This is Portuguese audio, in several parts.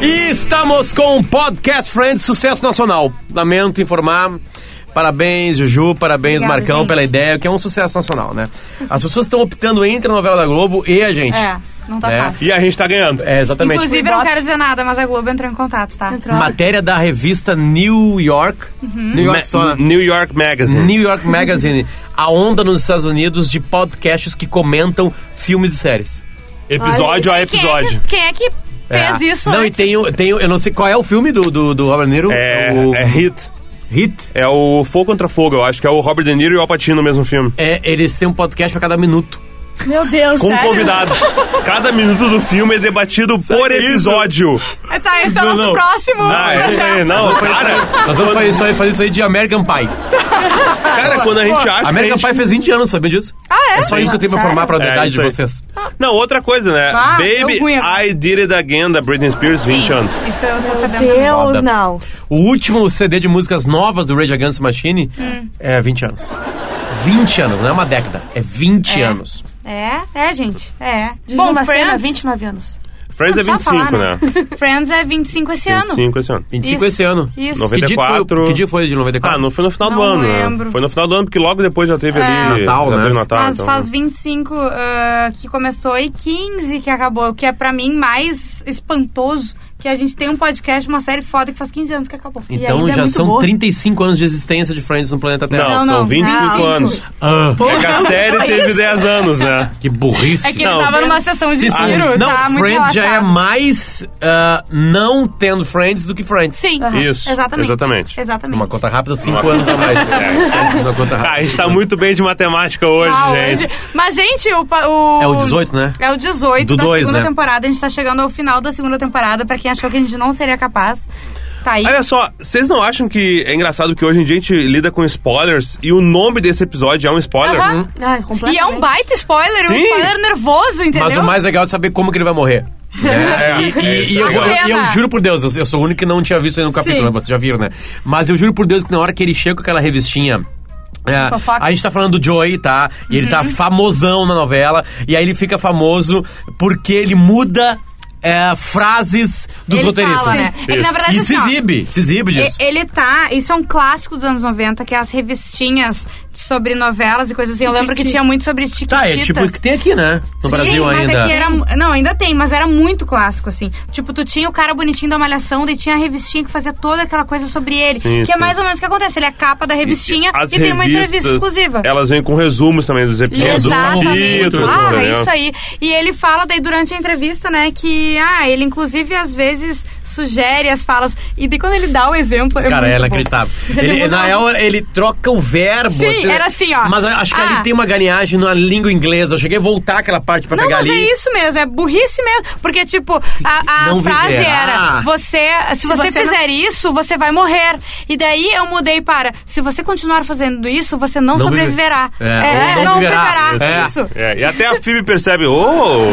E estamos com o Podcast Friends Sucesso Nacional. Lamento informar. Parabéns, Juju, parabéns, Obrigada, Marcão, gente. pela ideia, que é um sucesso nacional, né? As pessoas estão optando entre a novela da Globo e a gente. É, não tá né? fácil. E a gente tá ganhando. É, exatamente. Inclusive, eu não quero dizer nada, mas a Globo entrou em contato, tá? Entrou. Matéria da revista New York. Uhum. New Ma- York só, né? New York Magazine. New York Magazine. A onda nos Estados Unidos de podcasts que comentam filmes e séries. Episódio a E quem é que- episódio. Quem é que, fez É. isso Não, antes? e tem, o- tem, o- eu não sei qual é o filme do, do, do Robert De Niro. É, o é hit. Hit. É o Fogo contra Fogo, eu acho que é o Robert De Niro e o Alpatino no mesmo filme. É, eles têm um podcast pra cada minuto. Meu Deus, Com sério? convidados. Cada minuto do filme é debatido por episódio. Ah, Tá, esse é o nosso Não, não. próximo. Ah, é, isso aí, não, cara. Nós vamos fazer isso aí, fazer isso aí de American Pie. Cara, quando a gente acha. que a American gente... Pie fez 20 anos, sabia disso? Ah, é? É só isso que eu tenho pra Sério? informar pra É, idade de isso aí. vocês. Não, outra coisa, né? Ah, Baby, eu conheço. I Did It Again, da Britney Spears, 20 Sim, anos. Isso eu tô Meu Tá sabendo. também. Deus, Foda. não. O último CD de músicas novas do Rage Against the Machine é 20 anos. 20 anos, não é uma década, é 20 É. anos. É, é, gente. É. Bom, Friends. Macena, 29 anos. Friends é Não precisava 25, falar, né? Friends é 25 esse ano. 25 esse ano. 25 Isso. esse ano. Isso. Que dia, foi, 94. que dia foi de Ah, 94? não foi no final do Não ano, lembro. É. né? Foi no final do ano, porque logo depois já teve ali. Natal, já né? teve Natal, Mas então, faz né? 25 ah, que começou e 15 que acabou, o que é pra mim mais espantoso que a gente tem um podcast, uma série foda que faz 15 anos que acabou. E Então ainda é já muito são boa. 35 anos de existência de Friends no planeta Terra. Não, Não, não, são 25 não. anos. Ah, É que a série teve 10 anos, né? que burrice. É que ele Não, tava numa sessão de Sim, sim. tiro, não, tá muito Friends já é relaxado. mais ah, não tendo Friends do que Friends. Sim, Aham. Isso, exatamente. exatamente. Exatamente. Uma conta rápida, 5 Uma- anos a mais. Ah, Uma conta rápida. Cara, a gente tá muito bem de matemática hoje, Ah, gente. hoje- Mas, gente, o, pa- o. É o 18, né? É o 18 Do da dois, segunda né? temporada. A gente tá chegando ao final da segunda temporada. Pra quem achou que a gente não seria capaz, tá aí. Olha só, vocês não acham que é engraçado que hoje em dia a gente lida com spoilers e o nome desse episódio é um spoiler? Aham. Ai, completamente. E é um baita spoiler, um Sim. spoiler nervoso, entendeu? Mas o mais legal é saber como que ele vai morrer. né? É, E- é e, isso e eu, aí. eu- eu Cena. juro por Deus, eu, eu sou o único que não tinha visto aí no capítulo, Sim. né? vocês já viram, né? Mas eu juro por Deus que na hora que ele chega com aquela revistinha. é, Fofoca. Uhum. a gente tá falando do Joey, tá? E ele tá famosão na novela. E aí ele fica famoso porque ele muda é, frases dos Ele roteiristas. fala, né? É que, na verdade, E se assim, ó, exibe, se exibe E- disso. Ele tá. Isso é um clássico dos anos 90, que é as revistinhas sobre novelas e coisas assim. Eu lembro que Chiquiti- tinha muito sobre Chiquititas. Tá, é tipo o que tem aqui, né? No Brasil Sim, ainda. Mas é que era, não, ainda tem, mas era muito clássico, assim. Tipo, tu tinha o cara bonitinho da Malhação, daí tinha a revistinha que fazia toda aquela coisa sobre ele. Sim, que é sim. mais ou menos o que acontece. Ele é a capa da revistinha e, As tem uma entrevista revistas, é exclusiva. Elas vêm com resumos também dos episódios. dos Exatamente. capítulos, Ah, entendeu? é isso aí. E ele fala daí durante a entrevista, né, que ah, ele inclusive às vezes sugere as falas. E daí quando ele dá o exemplo, é Cara, muito é bom. inacreditável. Ele Ele, muda na uma- real, ele troca o verbo. Sim, era assim, ó. Mas eu acho que Ah. ali tem uma galinhagem na língua inglesa. Eu cheguei a voltar aquela parte pra Não, pegar mas ali. é isso mesmo, é burrice mesmo. Porque, tipo, a, a Não Ah. frase viverá. era: você, se, Se você, você não- fizer isso, você vai morrer. E daí eu mudei para: se você continuar fazendo isso, você não, Não sobreviverá. vive- é, ou não não viverá. viverá. É. Isso. É, e até a Phoebe percebe, oh,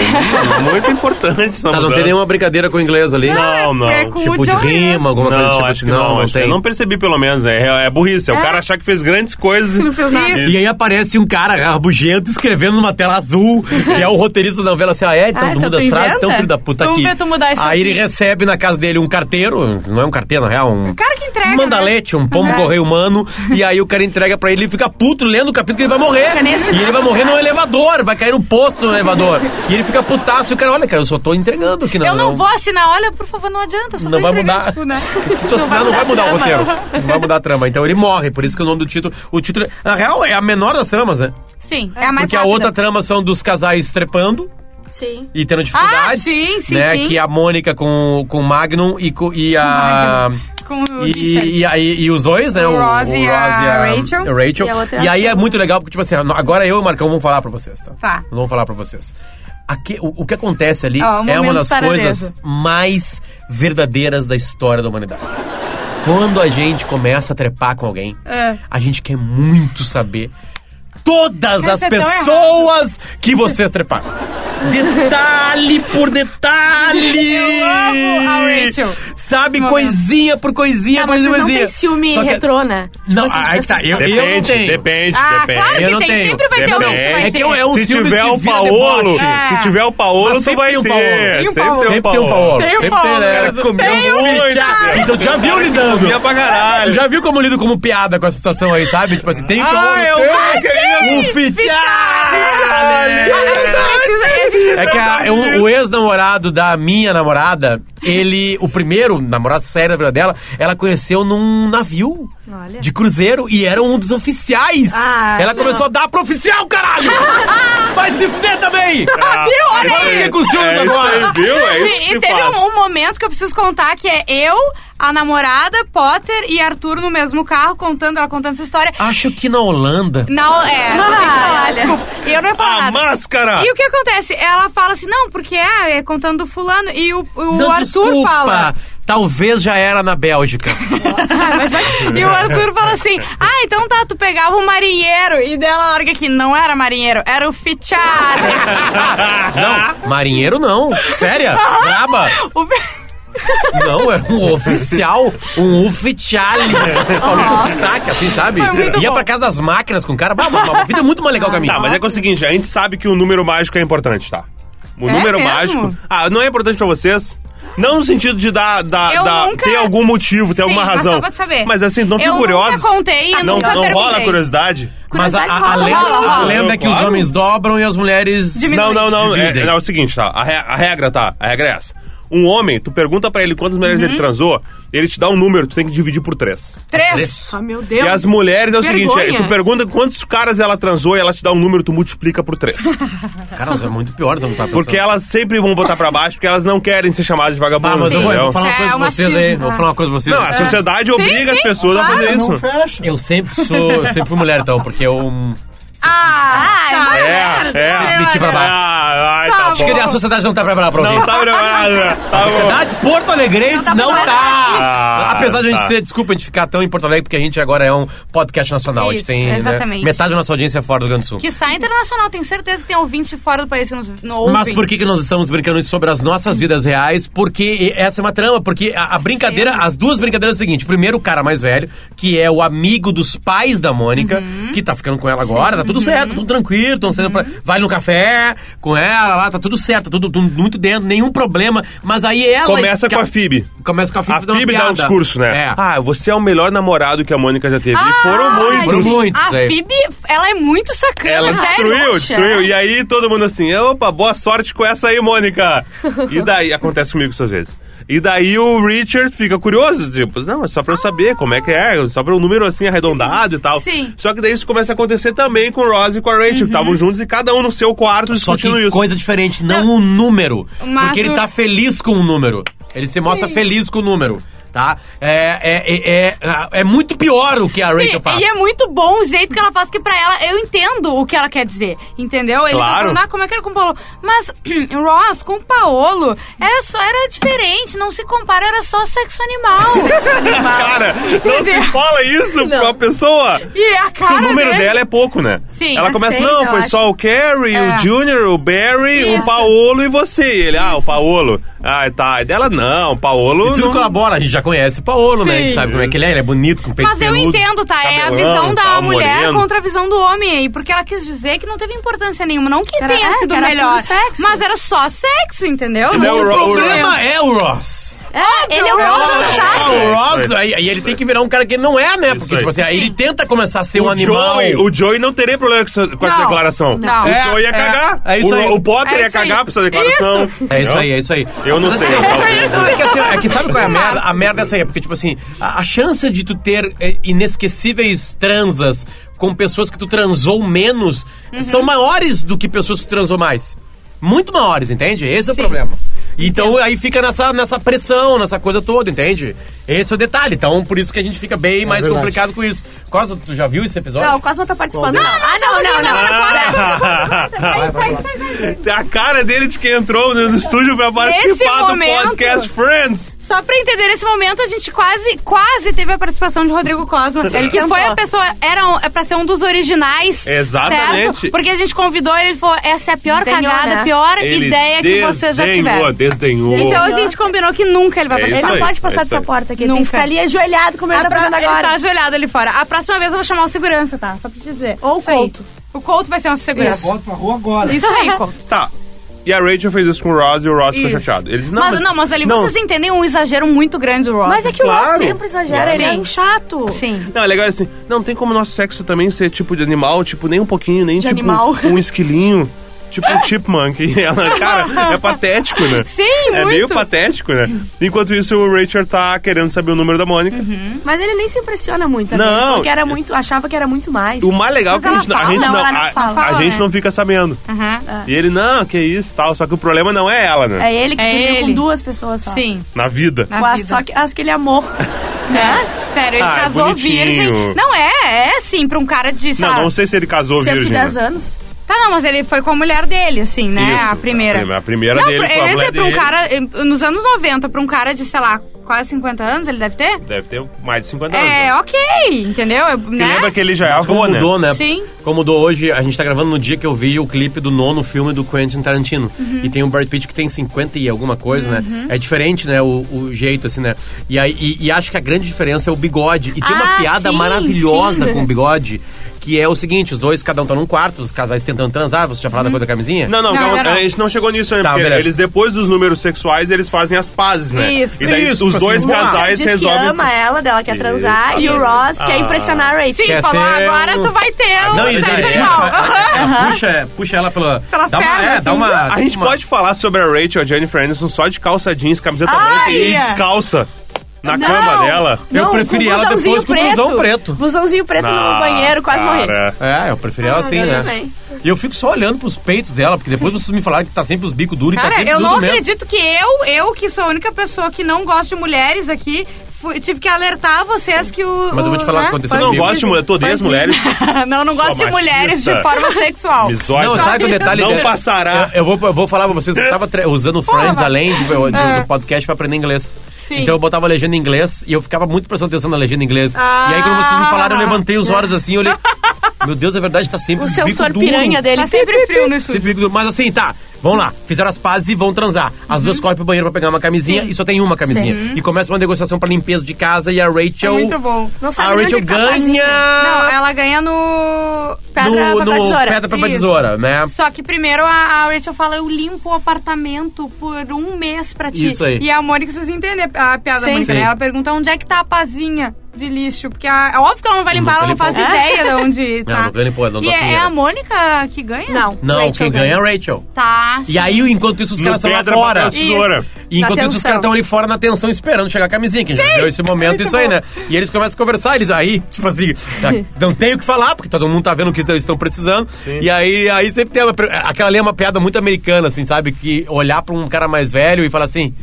muito importante essa Tá, não tem mudança. nenhuma brincadeira com o inglês ali. Não, não. É com Tipo o de John rima, alguma coisa não, tipo acho assim. que não, Não, não acho que tem. Eu não percebi, pelo menos. né? É, é burrice. É o cara achar que fez grandes coisas. Não fez nada. E aí aparece um cara rabugento escrevendo numa tela azul, que é o roteirista da novela assim, ah, é, então Ah, tu então muda tu as frases, inventa? então filho da puta Vamos aqui. ver tá tu mudar isso aí aqui. ele recebe na casa dele um carteiro, não é um carteiro, na real, um... cara que entrega, né? É. Um mandalete, um pombo correio humano, e aí o cara entrega pra ele e fica puto lendo o capítulo que ele vai morrer. Fica nesse- E ele vai morrer no elevador, vai cair no posto no elevador. E ele fica putaço, e o cara, olha, cara, eu só tô entregando aqui, não. eu não, vou assinar, olha, por favor, não adianta. eu Só Não tô vai entregando, mudar. Tipo, né? Se tu assinar, não vai mudar o roteiro. Não vai mudar a trama. Então ele morre, por isso que o nome do título. O título, na real, é a menor das tramas, né? Sim, é a mais Porque a rápida. outra tá trama são dos casais trepando Sim. e tendo dificuldades. Ah, sim, sim, né? sim. Que é a Mônica com, com o Magnum e, co- e a. Com o Richard. E, e, aí- e os dois, né? O Tipo, Ross Ross e a Rachel. Rachel. E a outra é E, a aí é Rachel. muito legal, porque, tipo assim, agora eu e o Marcão vamos falar pra vocês, tá? Tá. Nós Vamos falar pra vocês. Aqui, o, o que acontece ali Ó, o é uma momento das taradeza. coisas mais verdadeiras da história da humanidade. Quando a gente começa a trepar com alguém, É. a gente quer muito saber todas Cara, as isso é tão pessoas que vocês treparam. Detalhe por detalhe! Eu amo a Rachel. Sabe, Esse Tá, coisinha por coisinha, Ah, mas coisinha vocês por não coisinha. têm ciúme Só que- retrona? Tipo Não, assim, Ah, de aí tá, pessoas eu- passando- não Depende, tenho. depende, Ah, depende. claro Eu não que tem. tenho. Sempre vai ter alguém que Depende. vai É que eu- ter. é um se ciúmes tiver que o vira Paolo, deboche. É. se tiver o Paolo, Mas tu sempre vai tem o ter. Paolo. Tem o Sempre Paolo. tem o Sempre tem o Paolo. Tem o Sempre Paolo. né? Cara, comia Tem o muito. piada. Então tu já viu lidando. Comia pra Tu caralho. já viu como eu lido como piada com essa situação aí, sabe? Tipo assim, tem Ah, como. é o tem, o Ah, Fitiá! é que- é que- É que a- o, o ex-namorado da minha namorada, ele. O primeiro namorado sério da vida dela, ela conheceu num navio Olha. de cruzeiro e era um dos oficiais. Ah, ela não. começou a dar pro oficial, caralho! Vai se fuder também! Viu? Olha Vai aí. ficar com ciúmes É isso agora! aí, viu? É isso E- que e teve faz. um, um momento que eu preciso contar que é eu, a namorada, Potter e Arthur no mesmo carro, contando, ela contando essa história. Acho que na Holanda. Não, é, Ah, não tem que falar, desculpa. E eu não ia falar A nada. máscara! E o que acontece? Ela fala assim, não, porque é, é contando do fulano. E o, o Não, Arthur desculpa. fala. Talvez já era na Bélgica. Ah, mas vai se- é E o Arthur fala assim: Ah, então tá, tu pegava o marinheiro. E dela larga aqui: Não era marinheiro, era o fichado. não, marinheiro não. Séria? Braba? O fi- Não, é era um oficial, um oficiale. Falou com sotaque, assim, sabe? Foi muito Ia bom. pra casa das máquinas com o cara. Bah, uma vida muito mais legal que a minha. Tá, mas é que é o seguinte, a gente sabe que o número mágico é importante, tá? O É número mesmo? mágico. Ah, não é importante pra vocês? Não no sentido de dar. dar, Eu dar- nunca- ter algum motivo, ter Sim, alguma mas razão. só pra tu saber. Mas assim, não Eu fico nunca curiosos. contei, eu não, nunca não rola a perguntei. curiosidade. Mas a, a- a rola, lenda, rola, a rola. lenda é que os Claro. homens dobram e as mulheres. Diminuem. Não, não, não. É, Dividem. não, é o seguinte, tá? A, re- a regra, tá? A regra é essa. Um homem, tu pergunta pra ele quantas mulheres Uhum. ele transou, ele te dá um número, tu tem que dividir por três. Três. Ah, meu Deus. e as mulheres é o Vergonha. seguinte, é, tu pergunta quantos caras ela transou e ela te dá um número, tu multiplica por três. Cara, mas é muito pior do que eu tava Porque pensando. elas sempre vão botar pra baixo, porque elas não querem ser chamadas de Bah, vagabundas, Ah, mas eu vou, eu vou entendeu? falar uma É, coisa é pra o vocês machismo. aí. Vou falar uma coisa pra vocês. É. Não, a sociedade obriga sim, as pessoas a fazer claro. isso. É, Não fecha. Eu sempre sou. Sempre fui mulher, então, porque eu. Ah, É, ai, merda, é. olha. Admitir pra baixo. Ah, ai, tá Tá bom. Acho que a sociedade não tá preparada pra ouvir. Não tá preparada. Tá A bom. sociedade Porto Alegrense não Não tá. tá preparada. Apesar de a gente Tá. ser, desculpa, a gente ficar tão em Porto Alegre, porque a gente agora é um podcast nacional. a gente Isso, tem né, exatamente. metade da nossa audiência é fora do Rio Grande do Sul. Que sai internacional, tenho certeza que tem ouvinte fora do país que nos não ouvem. Mas por que, que nós estamos brincando isso sobre as Hum. nossas vidas reais? Porque essa é uma trama, porque a, a brincadeira, as duas brincadeiras é o seguinte: primeiro, o cara mais velho, que é o amigo dos pais da Mônica, Uhum. que tá ficando com ela agora, tá tudo certo, tudo tranquilo, tão saindo pra, vai no café com ela lá, tá tudo certo, tudo, tudo muito dentro, nenhum problema. Mas aí ela. Começa esca- com a Fib. Começa com a Fib A Fib dá um discurso, né? É. Ah, você é o melhor namorado que a Mônica já teve. Ah, e foram foram muitos. muitos, A é. Phoebe, ela é muito sacana, Ela sério. destruiu, tipo, poxa. destruiu. E aí todo mundo assim, opa, boa sorte com essa aí, Mônica. E daí, acontece comigo isso às vezes. E daí o Richard fica curioso, tipo, não, é só pra eu saber como é que é, só pra um número assim arredondado e tal. Sim. Uhum. Só que daí isso começa a acontecer também com o Ross e com a Rachel, que estavam juntos e cada um no seu quarto Só que discutindo isso. coisa diferente, não o número. Mas porque ele o- tá feliz com o número. Ele se mostra feliz com o número, tá? É, é, é, é, é muito pior o que a Rachel faz. E, e é muito bom o jeito que ela faz, que pra ela eu entendo o que ela quer dizer, entendeu? Ele Claro. tá falando, ah, como é que era com o Paolo? Mas, Ross, com o Paolo, era, só, era diferente, não se compara, era só sexo animal. sexo animal. Cara, não se Entendeu? fala isso pra uma pessoa. E a cara o número dele- dela é pouco, né? Sim, Ela é começa, seis, não, eu foi acho. só o Carrie, É. o Junior, o Barry, o Isso. Paolo e você. E ele, ah, o Paolo. Ah, tá. E dela, não, o Paolo. E tudo não- colabora, a gente já conhece o Paolo, né? A gente Sim. sabe como é que ele é, ele é bonito, com peito Mas eu peludo. entendo, tá? É a cabelão, visão da tal, mulher moreno. contra a visão do homem aí. Porque ela quis dizer que não teve importância nenhuma. Não que Era- tenha é, sido que era melhor. tudo sexo. Mas era só sexo, entendeu? Ele é tinha o Ro- O sentido. problema é o Ross. É, ele é um É homem o- chato. o Ross, aí, aí ele tem que virar um cara que ele não é, né? Isso Porque, aí. tipo assim, aí ele tenta começar a ser um O animal. Joey, o Joey não teria problema com essa, com essa Não, declaração. não. O É, Joey ia é. cagar. É isso o, aí. o Potter É ia isso aí. cagar pra essa declaração. É isso Entendeu? aí, é isso aí. Eu não sei, É, talvez. que, é, que, assim, é que sabe qual é a merda? A merda é essa aí, porque, tipo assim, a, a chance de tu ter é, inesquecíveis transas com pessoas que tu transou menos são maiores do que pessoas que tu transou mais. Muito maiores, entende? Esse é o problema. Então aí fica nessa, nessa pressão, nessa coisa toda, entende? Esse é o detalhe. Então, por isso que a gente fica bem mais verdade. complicado com isso. Costa, tu já viu esse episódio? Não, o Cosmo tá participando. Qual? Não, ah, não, não, não. Vai, vai, vai. A cara dele de que entrou no no estúdio pra participar do momento- podcast Friends. Só pra entender esse momento, a gente quase, quase teve a participação de Rodrigo Cosma. Ele que tentou. foi a pessoa, era um- é pra ser um dos originais. Exatamente. certo? Porque a gente convidou ele e ele falou: essa é a pior Desdenhou, cagada, né? a pior Ele ideia que você já desdenhou, tiver. Desdenhou, Então a gente combinou que nunca ele vai É participar. isso Ele não aí, pode é passar isso dessa aí. porta aqui. Ele tem que Nunca. ficar ali ajoelhado, como ele A tá fazendo próxima, ele tá agora. ajoelhado ali fora. A próxima vez eu vou chamar o segurança, tá? Só pra te dizer. Ou o Isso aí. Couto. O Couto vai ser nosso segurança. Volta pra rua agora. Isso aí, Couto. Tá. E a Rachel fez isso com o Ross e o Ross ficou Isso. chateado. Eles não, Mas, não, mas ali não, vocês entendem um exagero muito grande do Ross. Mas é que o Claro. Ross sempre exagera, ele é Sim. um chato. Sim. Não, é legal assim. Não tem como nosso sexo também ser tipo de animal, tipo nem um pouquinho, nem De tipo animal. um esquilinho, tipo um chipmunk. E Ela, cara, é patético, né? Sim, É muito. meio patético, né? Enquanto isso, o Richard tá querendo saber o número da Mônica. Uhum. Mas ele nem se impressiona muito. né? Não. Ele falou que era muito, achava que era muito mais. O mais legal é que a ela gente, a fala, Tá. gente não, não, ela não a- fala, a né? gente não fica sabendo. Aham. E ele, não, que isso, tal. Só que o problema não é ela, né? É ele que É dormiu ele. com duas pessoas só. Sim. Na vida. Na Com as- vida. só que as que ele amou. Né? Sério, ele Ah, é casou bonitinho. virgem. Não, é, é assim, pra um cara de. sei lá. Não, não sei se ele casou virgem. 110 né? anos. Tá, não, mas ele foi com a mulher dele, assim, né? Isso, a primeira. A primeira Não, dele pra- foi a ele mulher é pra um dele. cara. eh, Nos anos 90, pra um cara de, sei lá, quase 50 anos, ele deve ter? Deve ter mais de 50 anos. É, né? ok, entendeu? É, Porque Né? Lembra que ele já é Mas como avô, né? mudou, né? Sim. Como mudou hoje, a gente tá gravando no dia que eu vi o clipe do nono filme do Quentin Tarantino. Uhum. E tem o Brad Pitt que tem 50 e alguma coisa, né? É diferente, né? O, o jeito, assim, né? E, aí, e, e acho que a grande diferença é o bigode. E tem uma Ah, piada sim, maravilhosa sim. com o bigode, que é o seguinte: os dois, cada um tá num quarto, os casais tentando transar. Você tinha Uhum. falado da coisa da camisinha? Não, não, Não, calma, não, não. a gente não chegou nisso ainda. Tá, porque beleza. eles, depois dos números sexuais, eles fazem as pazes, né? Isso. E daí Isso, os tipo dois assim, vamos lá. casais Diz que resolvem. então. ama ela, dela quer Isso, transar. E o beleza. Ross quer Ah. impressionar a Rachel. Sim, Quer falou, ser agora um- tu vai ter um e sexo daí, animal. ela- Aham. ela- ela puxa, puxa ela pela, Pelas dá uma, pernas, é, dá assim. uma, A gente uma- pode falar sobre a Rachel, a Jennifer Aniston, só de calça jeans, camiseta Ai, branca e é. descalça na Não. cama dela. Eu Não, preferi com ela blusãozinho depois com o blusão preto. Blusãozinho preto Ah, no banheiro, quase morri. cara. É, eu preferi ela Ah, assim, eu né? também. E eu fico só olhando pros peitos dela, porque depois vocês me falaram que tá sempre os bicos duros e tá Cara, sempre eu duro não mesmo. acredito que eu, eu que sou a única pessoa que não gosta de mulheres aqui, fui- tive que alertar vocês que o. né? Mas eu vou te falar o que aconteceu Tu não Amigo. gosta de mulher, tu odeia as mulheres. não, não gosto Sua de mulheres de machista. forma sexual. Misógino. Não, sabe que o detalhe Não dela- passará. Eu, eu vou, eu vou falar pra vocês, eu tava tre- usando o Friends vai. além de- do, do É. podcast pra aprender inglês. Sim. Então eu botava a legenda em inglês e eu ficava muito prestando atenção na legenda em inglês. Ah. E aí quando vocês me falaram, eu levantei os olhos assim, eu olhei. Meu Deus, é verdade, tá sempre O os sensor bico duro. piranha dele. Tá sempre frio no Sempre estúdio. bico duro. Mas assim, tá, vamos lá. Fizeram as pazes e vão transar. As duas correm pro banheiro pra pegar uma camisinha Uhum. Sim. e só tem uma camisinha. E começa uma negociação pra limpeza de casa e a É Rachel. muito bom. Não sabe A nem Ah, Rachel onde tá a casinha. Não, ganha ela ganha no. Pedra, no, papel, no tesoura. pedra, papel, Isso. Tá. tesoura, né? Só que primeiro a, a Rachel fala: Eu limpo o apartamento por um mês pra ti. Isso aí. E a Mônica, vocês entendem a piada da Sim. Mônica, né? Sim. Ela pergunta onde é que tá a pazinha de lixo. Porque a, é óbvio que ela não vai limpar, Nunca ela não limpou. faz ideia de onde Ah, Não, tá. nunca limpou, ela não e dá é, é pinheira. a Mônica que ganha? Não. Não, Rachel quem ganha é a Rachel. Tá. E aí, enquanto isso, os No caras estão lá pedra, fora. papel, tesoura. E enquanto Na isso, os tensão. caras estão ali fora na tensão, esperando chegar a camisinha, que já deu esse momento, isso aí, né? E eles começam a conversar, eles aí, tipo assim, tá, não tem o que falar, porque todo mundo tá vendo o que eles estão precisando. E aí, aí sempre tem uma, pre- aquela ali é uma piada muito americana, assim, sabe? Que olhar pra um cara mais velho e falar assim.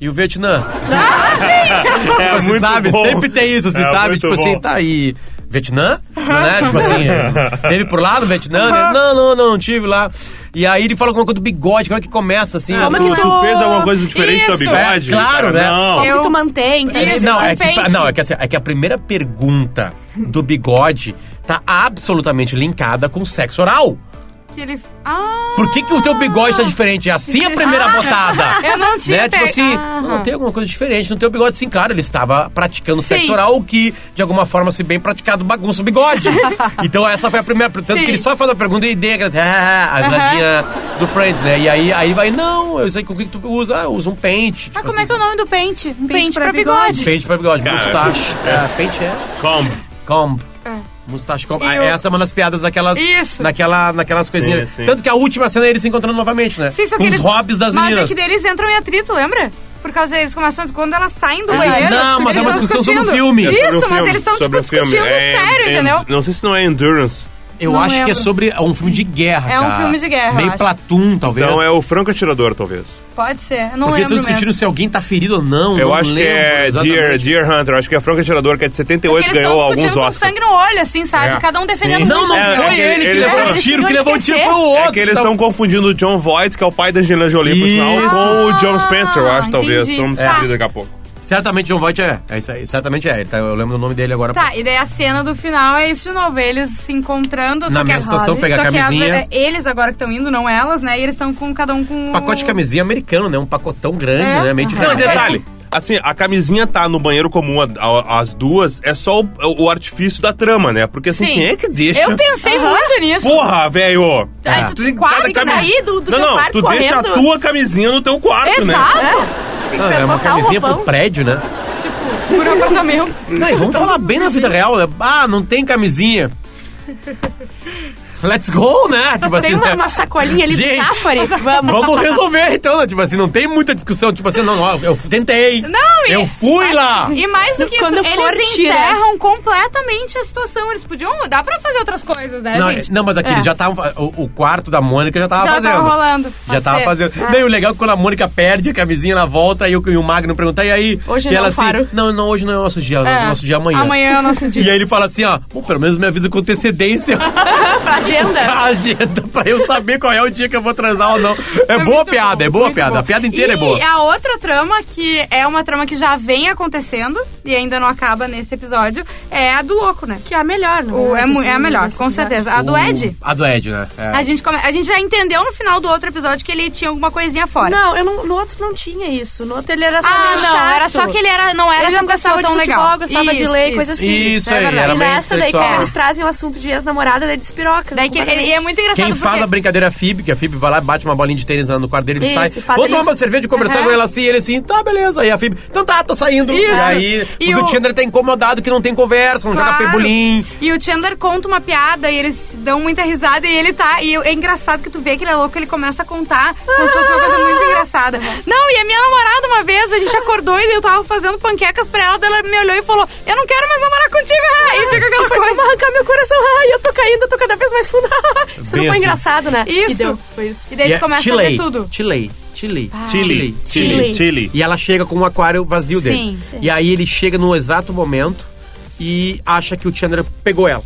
E o Vietnã? Tipo assim, É muito sabe? bom. Sempre tem isso, assim, É sabe? muito Tipo assim, bom. tá aí. Vietnã? Né? Tipo assim, é, teve por lá no Vietnã? né? Não, não, não, não tive lá. E aí ele fala alguma coisa do bigode, como é que começa assim? Calma do- que Tu, tu tô- fez alguma coisa diferente do Isso. bigode? É, claro, né? Não. Como Eu- tu mantém, entendeu? Isso, não, é repente. que, não, é que assim, é que a primeira pergunta do bigode tá absolutamente linkada com sexo oral. Que ele. Ah! Por que, que o teu bigode tá diferente? É assim a primeira botada. Eu não tinha né? Tipo pe- assim, Ah. não tem alguma coisa diferente no teu bigode. Sim, claro, ele estava praticando sexo Sim. oral, o que, de alguma forma, se bem praticado, bagunça o bigode. então essa foi a primeira. Tanto Sim. que ele só faz a pergunta e deu aquela. Ah, a risadinha do Friends, né? E aí, aí vai, não, eu sei que o que tu usa, ah, usa um pente. Ah, tipo como é assim, que é o nome do pente? Um pente, pra, pra bigode. Um Pente pra bigode, Cara. mustache. É, pente é. Como? Combo. Mustache combo. É. E Ah, o- Essa é uma das piadas daquelas. Isso. Naquela, naquelas coisinhas. sim. Tanto que a última cena é eles se encontrando novamente, né? Sim, só Com que os eles- hobbies das Mas é meninas. que deles entram em atrito, lembra? Por causa deles começam quando elas saem do Ah, banheiro. não, mas é uma eles tão discussão sobre discutindo. o filme. É Isso, Sobre um mas filme, eles estão tipo, sobre um filme. discutindo É, sério, é, entendeu? Não sei se não é Endurance. Eu Não acho que é lembro. sobre um filme de guerra. É um cara. filme de guerra, eu Meio acho. Platum, talvez. Então é o franco atirador, talvez. Pode ser, eu não Porque lembro estão discutindo mesmo. se alguém tá ferido ou não. eu não acho que lembro é Deer, exatamente. Deer Hunter. Eu acho que é franco atirador, que é Porque de 78, eles ganhou tão discutindo alguns com Oscars. sangue no olho, assim, sabe? É. Cada um defendendo Sim. um Não, não É, foi é que ele que eles levou vão- o tiro, que eles levou o tiro vão foi o outro. É que eles tá- estão confundindo o John Voight, que é o pai da Angelina Jolie, por sinal, Isso. com o John Spencer, eu acho, Ah, talvez. entendi. Vamos É. descobrir daqui a pouco. Certamente John Voight é. É isso aí. Certamente é. Ele tá- eu lembro o nome dele agora. Tá, e daí a cena do final é isso de novo, eles se encontrando. só Na que mesma a- situação, só pegar a que a- camisinha. é, eles agora que estão indo, não elas, né? E eles estão com cada um com. Um pacote de camisinha americano, né? Um pacotão grande, É. né? Meio de- Não, e detalhe. Assim, a camisinha tá no banheiro comum, a- a- as duas, é só o, o artifício da trama, né? Porque assim, Sim. quem é que deixa. Eu pensei muito nisso. Porra, velho! Aí É. tu tem quase que cada saí do- do não, teu não, quarto tu deixa a correndo. tua camisinha no teu quarto, né? Exato! Tem que Ah, é uma botar um camisinha roupão. pro prédio, né? Tipo, por apartamento. Não, e vamos Então, falar bem na vida real. né? Ah, não tem camisinha. Let's go, né? Tipo Tem assim, uma, né? uma sacolinha ali Gente. do Zafari. Vamos. Vamos resolver, então, né? Tipo assim, não tem muita discussão. Tipo assim, não, ó, eu tentei. Não, e- Eu fui lá. E mais do que isso, Quando for, eles tira. encerram completamente a situação. Eles podiam. Dá pra fazer outras coisas, né, Não, gente? não, mas aqui É. eles já estavam. O, o quarto da Mônica já tava Já fazendo. tava rolando. Já Pode tava ser. Ah. fazendo. Daí o legal é que quando a Mônica perde a camisinha na volta e o, e o Magno pergunta, e aí? Hoje e não, ela assim, Faro. não, não, hoje não é o nosso dia, um É. é. nosso dia é amanhã. Amanhã é o nosso dia. E aí ele fala assim, ó, "Bom, pelo menos me avisa com antecedência pra agenda. a agenda pra eu saber qual é o dia que eu vou transar ou não. É, É boa muito piada, bom, é boa muito piada. bom. A piada inteira é e boa. a outra trama, que é uma trama que já vem acontecendo e ainda não acaba nesse episódio, é a do louco, né? Que é a melhor, né? O- é, mu- é a melhor, com certeza. A do Uh. Ed. A do Ed, né? É. A gente, come- a gente já entendeu no final do outro episódio que ele tinha alguma coisinha fora. Não, eu não, no outro não tinha isso. No outro ele era só ah, meio não, chato. era só que ele era, não era ele essa não pessoa gostava de um tão futebol, legal. gostava de Isso, ler, isso. coisa assim. Isso é aí, verdade. era Mas meio essa daí que intelectual. eles trazem o assunto de ex-namorada, daí despiroca. Daí que ele, e é muito engraçado Quem faz porque- a brincadeira é a Phoebe, que a Phoebe vai lá, bate uma bolinha de tênis lá no quarto dele, ele Isso, sai. faz Vou isso. tomar uma cerveja e conversar Aham. com ela assim, e ele assim, tá, beleza. Aí a Phoebe, então tá, tô saindo. Isso. E aí, E porque o... o- Tinder tá incomodado que não tem conversa, não joga Claro. pebolim. E o Chandler conta uma piada e eles dão muita risada e ele tá. E é engraçado que tu vê que ele é louco, ele começa a contar como se fosse uma coisa muito engraçada. Não, e a minha namorada uma vez, a gente acordou e eu tava fazendo panquecas pra ela, daí ela me olhou e falou: Eu não quero mais namorar contigo! E fica aquela Foi como coisa. arrancar meu coração. Ai, eu tô caindo, eu tô cada vez mais fundo. isso Bem não foi assim. engraçado, né? Isso. E deu, foi isso. E daí é tu começa a ver Chile, tudo. Ah. Chile, Chile, Chile, Chile, Chile. Chile. E ela chega com o aquário vazio Sim, dele. sim. E aí ele chega no exato momento e acha que o Chandler pegou ela.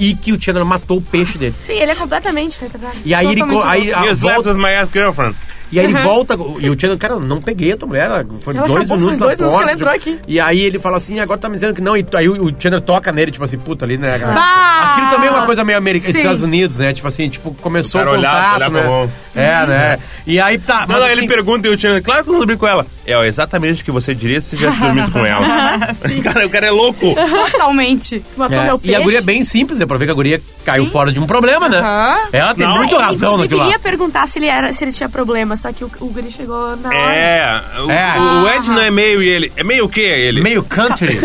E que o Chandler matou o peixe dele. Sim, ele é completamente retrogrado. E aí ele co- Totalmente aí, a- You slept volta, with my ass girlfriend. e aí ele volta e o Chandler, cara, não peguei a tua mulher, ela foi Ela dois acabou, minutos foi dois na porta. minutos Uhum. que ela entrou aqui. E aí ele fala assim, agora tá me dizendo que não, e tu- aí o o Chandler toca nele, tipo assim, puta ali, né? cara? Ah! Aquilo também é uma coisa meio americana, Sim. Estados Unidos, né? Tipo assim, tipo, começou O o cara contato, olhar- olhar pra né? mão. É, né? E aí tá, Não, mas não, assim, ele pergunta e o Chandler, claro que eu não dormi com ela. É ó, exatamente o que você diria se você tivesse dormido com ela. cara, o cara é louco. Totalmente. Matou É, meu E peixe. a guria é bem simples, é pra ver que a guria caiu fora de um problema, né? Aham. Ela tem Não. muito razão Inclusive, é naquilo lá. ia perguntar se ele, era, se ele tinha problema, só que o, o guri chegou na hora. É, o, É. o Ed não é meio e ele. É meio o quê ele? Meio country.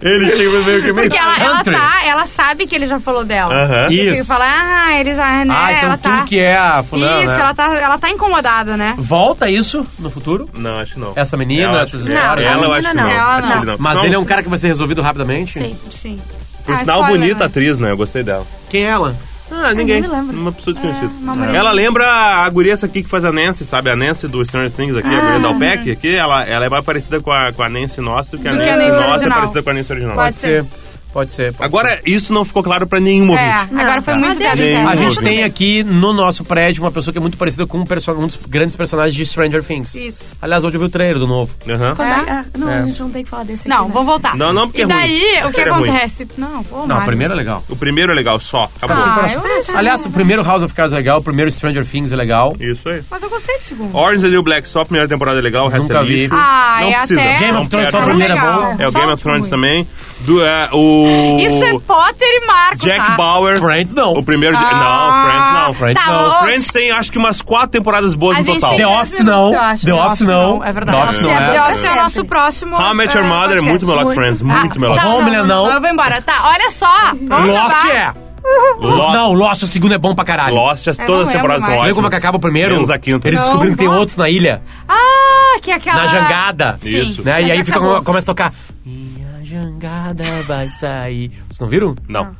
Ele chega meio que meio. Porque ela, ela Country. tá, ela sabe que ele já falou dela. Aham. E Isso. Ele fala, ah, ele já, né? ah, então ela tudo tá. que é a Isso, fulana, né? ela, tá, ela tá incomodada, né? Volta isso no futuro? Não, acho que não. Essa menina, Ela, essas acho- histórias. Ela, eu Não, acho que não, não. não. Acho que Ela ele não. Mas Não, ele é um cara que vai ser resolvido rapidamente? Sim. Sim. Por Ah, sinal, spoiler, bonita né? atriz, né? Eu gostei dela. Quem é ela? Ah, ninguém. nem me lembro. Uma pessoa desconhecida. É, uma mulher. ela lembra a guria essa aqui que faz a Nancy, sabe? A Nancy do Stranger Things aqui, Ah. a guria da OPEC aqui. Ela, ela é mais parecida com a, com a Nancy nossa do que a Do Nancy, que a Nancy nossa é original. parecida com a Nancy original. Pode ser. Pode ser. pode ser. Agora, isso não ficou claro pra nenhum É, ouvinte. agora foi Tá. muito Ah, deixa, bem. tá. A gente Envolvido. tem aqui no nosso prédio uma pessoa que é muito parecida com um, perso- um dos grandes personagens de Stranger Things. Isso. Aliás, hoje eu vi o trailer do novo. Aham. Quando É? ah, não, É. a gente não tem que falar desse Não, aqui, né? vamos voltar. Não, não, E porque é ruim. daí, o que Sério, é ruim. acontece? Não, pô, Não, a Mário. primeira é legal. Assim, O primeiro é legal, só. Acabou. Ah, Coração. eu acho. Aliás, o primeiro House of Cards é legal, o primeiro Stranger Things é legal. Isso aí. Mas eu gostei do segundo. Orange is the New Black, só a primeira temporada é legal, o resto Nunca é vi. lixo. Ah, não é precisa. até- Game of Não Thrones só a perde. primeira é Legal. boa. É, o Só Game o of Thrones ruim. também. Do, é, o... Isso é Potter e Marco, Jack tá? Bauer. Friends não. O primeiro... Ah. Não, Friends não. Friends tá, não. ó, Friends tem, acho que umas quatro temporadas boas A no gente total. tem The três Office minutos, não. eu acho. The Office não. É The verdade. Office não é. The Office é o Sempre. nosso próximo. How I Met Your eh, Mother é podcast. muito melhor que Muito. Friends. Muito Ah, melhor. tá, Homeland, não. Eu vou embora. Tá, olha só. vamos Lost acabar. é. Lost. Não, Lost, o segundo é bom pra caralho. Lost, as- Eu não todas as lembro temporadas são mais. Olha ótimas. como é que acaba o primeiro. Menos a quinta. Eles Não, descobriram que tem bom. outros na ilha, Ah, que é aquela... na jangada. Isso. Né? E Mas tá aí fica, acabou. começa a tocar. gingada vai sair. Vocês não viram? Não.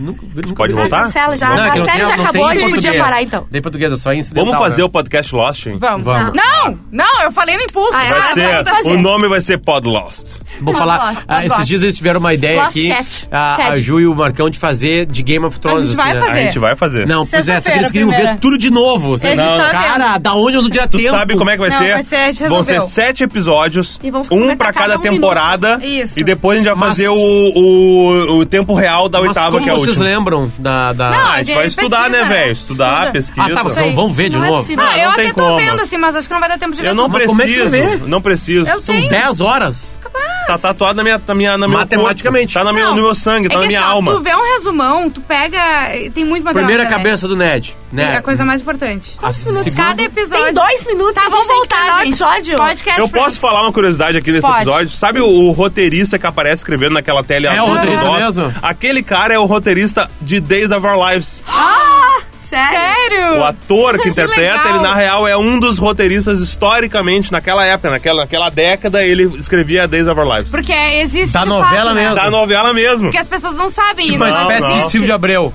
Nunca, nunca Pode vi isso aí. voltar? Cancela já. Ah, Não, é a que não série tem- já não acabou, tem a gente podia português. parar então. Tem português, é só incidental. Vamos fazer né? o podcast Lost, hein? Vamos. Vamos. Não, não, eu falei no impulso. Ah, é? cara, Vai Ah, ser, vamos fazer. o nome vai ser Pod Lost. Vou Não, falar. gosto, ah, esses gosto. dias eles tiveram uma ideia Lost aqui, Cat. a, a Cat. Ju e o Marcão, de fazer de Game of Thrones. A gente vai né? fazer. A gente vai fazer. Não, pois é, só que eles Sexta-feira, queriam ver primeira. é tudo de novo. Vocês- Eles Não, estão cara, da onde eu não tinha Tu tempo? sabe como é que vai Não, ser? vai ser, a gente Vão ser resolveu. sete episódios, E vão um comentar pra cada, cada um temporada. minuto. Isso. E depois a gente vai Mas- fazer o, o, o tempo real da Mas oitava, como que é a vocês última. lembram da... da... Não, Ah, a gente vai Gente, estudar, pesquisa, né, velho? né? Estudar, Estuda. pesquisa. ah, tá, vocês não aí. vão ver de Não é novo? possível. Ah, Não, eu não até tem tô como. vendo, assim, mas acho que não vai dar tempo de ver Eu não Mas como é que tu preciso, vê? não preciso. Eu São tenho. 10 horas. Tá tatuado na minha, na minha, na meu Matematicamente. corpo, tá na minha, Não. no meu sangue, tá É na que minha assim, ó, Tu alma. vê um resumão, tu pega. eh, Tem muito material. Primeira na internet. cabeça do Ned, né? É a coisa mais importante. A segunda- Cada episódio. Tem dois minutos, Tá, a gente vamos tem que voltar terminar no o episódio. Podcast Eu Friends. posso falar uma curiosidade aqui nesse Pode. episódio? Sabe o, o roteirista que aparece escrevendo naquela tela? É o azul do roteirista Lost? mesmo? Aquele cara é o roteirista de Days of Our Lives. Sério? Ah, Sério? O ator que interpreta, legal. ele na real é um dos roteiristas historicamente, naquela época, naquela, naquela década, ele escrevia Days of Our Lives. Porque existe. Da de novela fato, né? mesmo. Da novela mesmo. Porque as pessoas não sabem Tipo isso. é uma Não, espécie não. de Silvio de Abreu.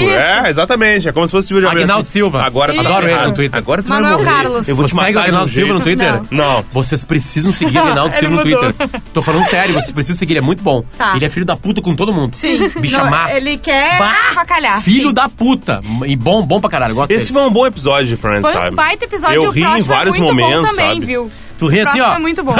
Isso. é, exatamente. É como se fosse o Silvio de Abreu, Agnaldo assim. Silva. Agora tá Adoro ele tá ferrado. no Twitter. Agora tu vai Manuel morrer. Carlos. Eu vou te Você segue o matar de um Agnaldo Silva no jeito. Twitter? Não. Vocês precisam seguir o Reinaldo Silva no Ele mudou. Twitter. Tô falando sério, vocês precisam seguir, ele é muito bom. Tá. Ele é filho da puta com todo mundo. Sim. Bicha Não, má. Ele é assim. quer Bah! avacalhar. Filho sim. da puta. E bom, bom pra caralho, gosto Esse dele. foi um bom episódio de Friends, Foi sabe? um baita episódio e Eu o ri em próximo vários é muito momentos, bom também, sabe? viu? Tu ri o assim, próximo ó. é muito bom.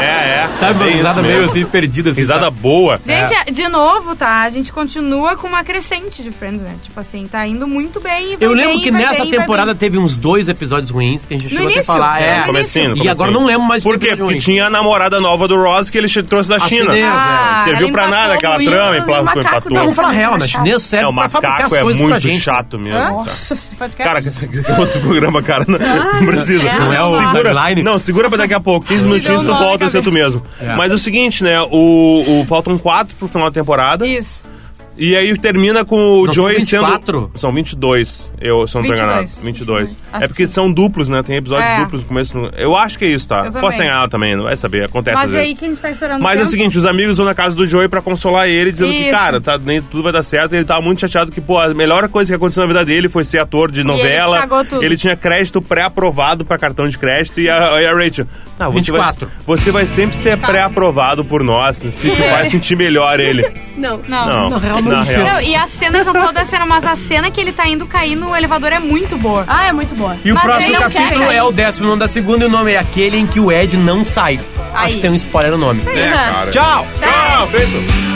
É, é. Sabe, uma é isso risada mesmo. meio assim, perdida. Assim, Risada sabe? boa. Gente, de novo, tá? A gente continua com uma crescente de Friends, né? Tipo assim, tá indo muito bem. e vai Eu lembro bem, que vai nessa bem, vai temporada bem. teve uns dois episódios ruins que a gente chegou até a início. falar. É, É, no comecinho, no E agora comecinho. não lembro mais de Por quê? episódio Porque ruim. tinha a namorada nova do Ross que ele che- trouxe da A China. chinesa. Ah, Serviu ela pra empatou nada aquela muito. trama, E o empatou. macaco empatou. dela. Vamos falar real, né? Chato. Chinês É, serve o pra fabricar as macaco é coisas pra muito gente. chato mesmo. Hã? cara. Podcast. Cara, que que é outro programa, cara. Não, não precisa. Não é o timeline? Não, segura pra daqui a pouco. 15 minutinhos Me tu deu um nó volta a na ser tu cabeça. mesmo. É. Mas o seguinte, né? O, o- faltam quatro pro final da temporada. Isso. E aí termina com o Não, são Joey 24? sendo. São 22. Eu, se eu não tô 22. enganado. 22. Acho É porque são duplos, né? Tem episódios É. duplos no começo. no- Eu acho que é isso, tá? Eu Posso também. enganar também, não vai saber. Acontece às Mas e vezes. aí que a gente tá estourando Mas é tempo? o seguinte, os amigos vão na casa do Joey pra consolar ele, dizendo que, Isso. cara, tá, nem tudo vai dar certo. Ele tava muito chateado que, pô, a melhor coisa que aconteceu na vida dele foi ser ator de novela. ele cagou tudo. tinha crédito pré-aprovado pra cartão de crédito e a, e a Rachel. Não, você, vai, 24. você vai sempre ser pré-aprovado por nós. Se É. te faz sentir melhor ele. Não. Não. Não, na real. Não, e as cenas são todas a cena, mas a cena que ele tá indo cair no elevador é muito boa. Ah, é muito boa. E o Mas próximo ele não capítulo quer. é o décimo nome da segunda e o nome é aquele em que o Ed não sai. Acho Aí. que tem um spoiler no nome. É, cara. Tchau! Tchau, feito.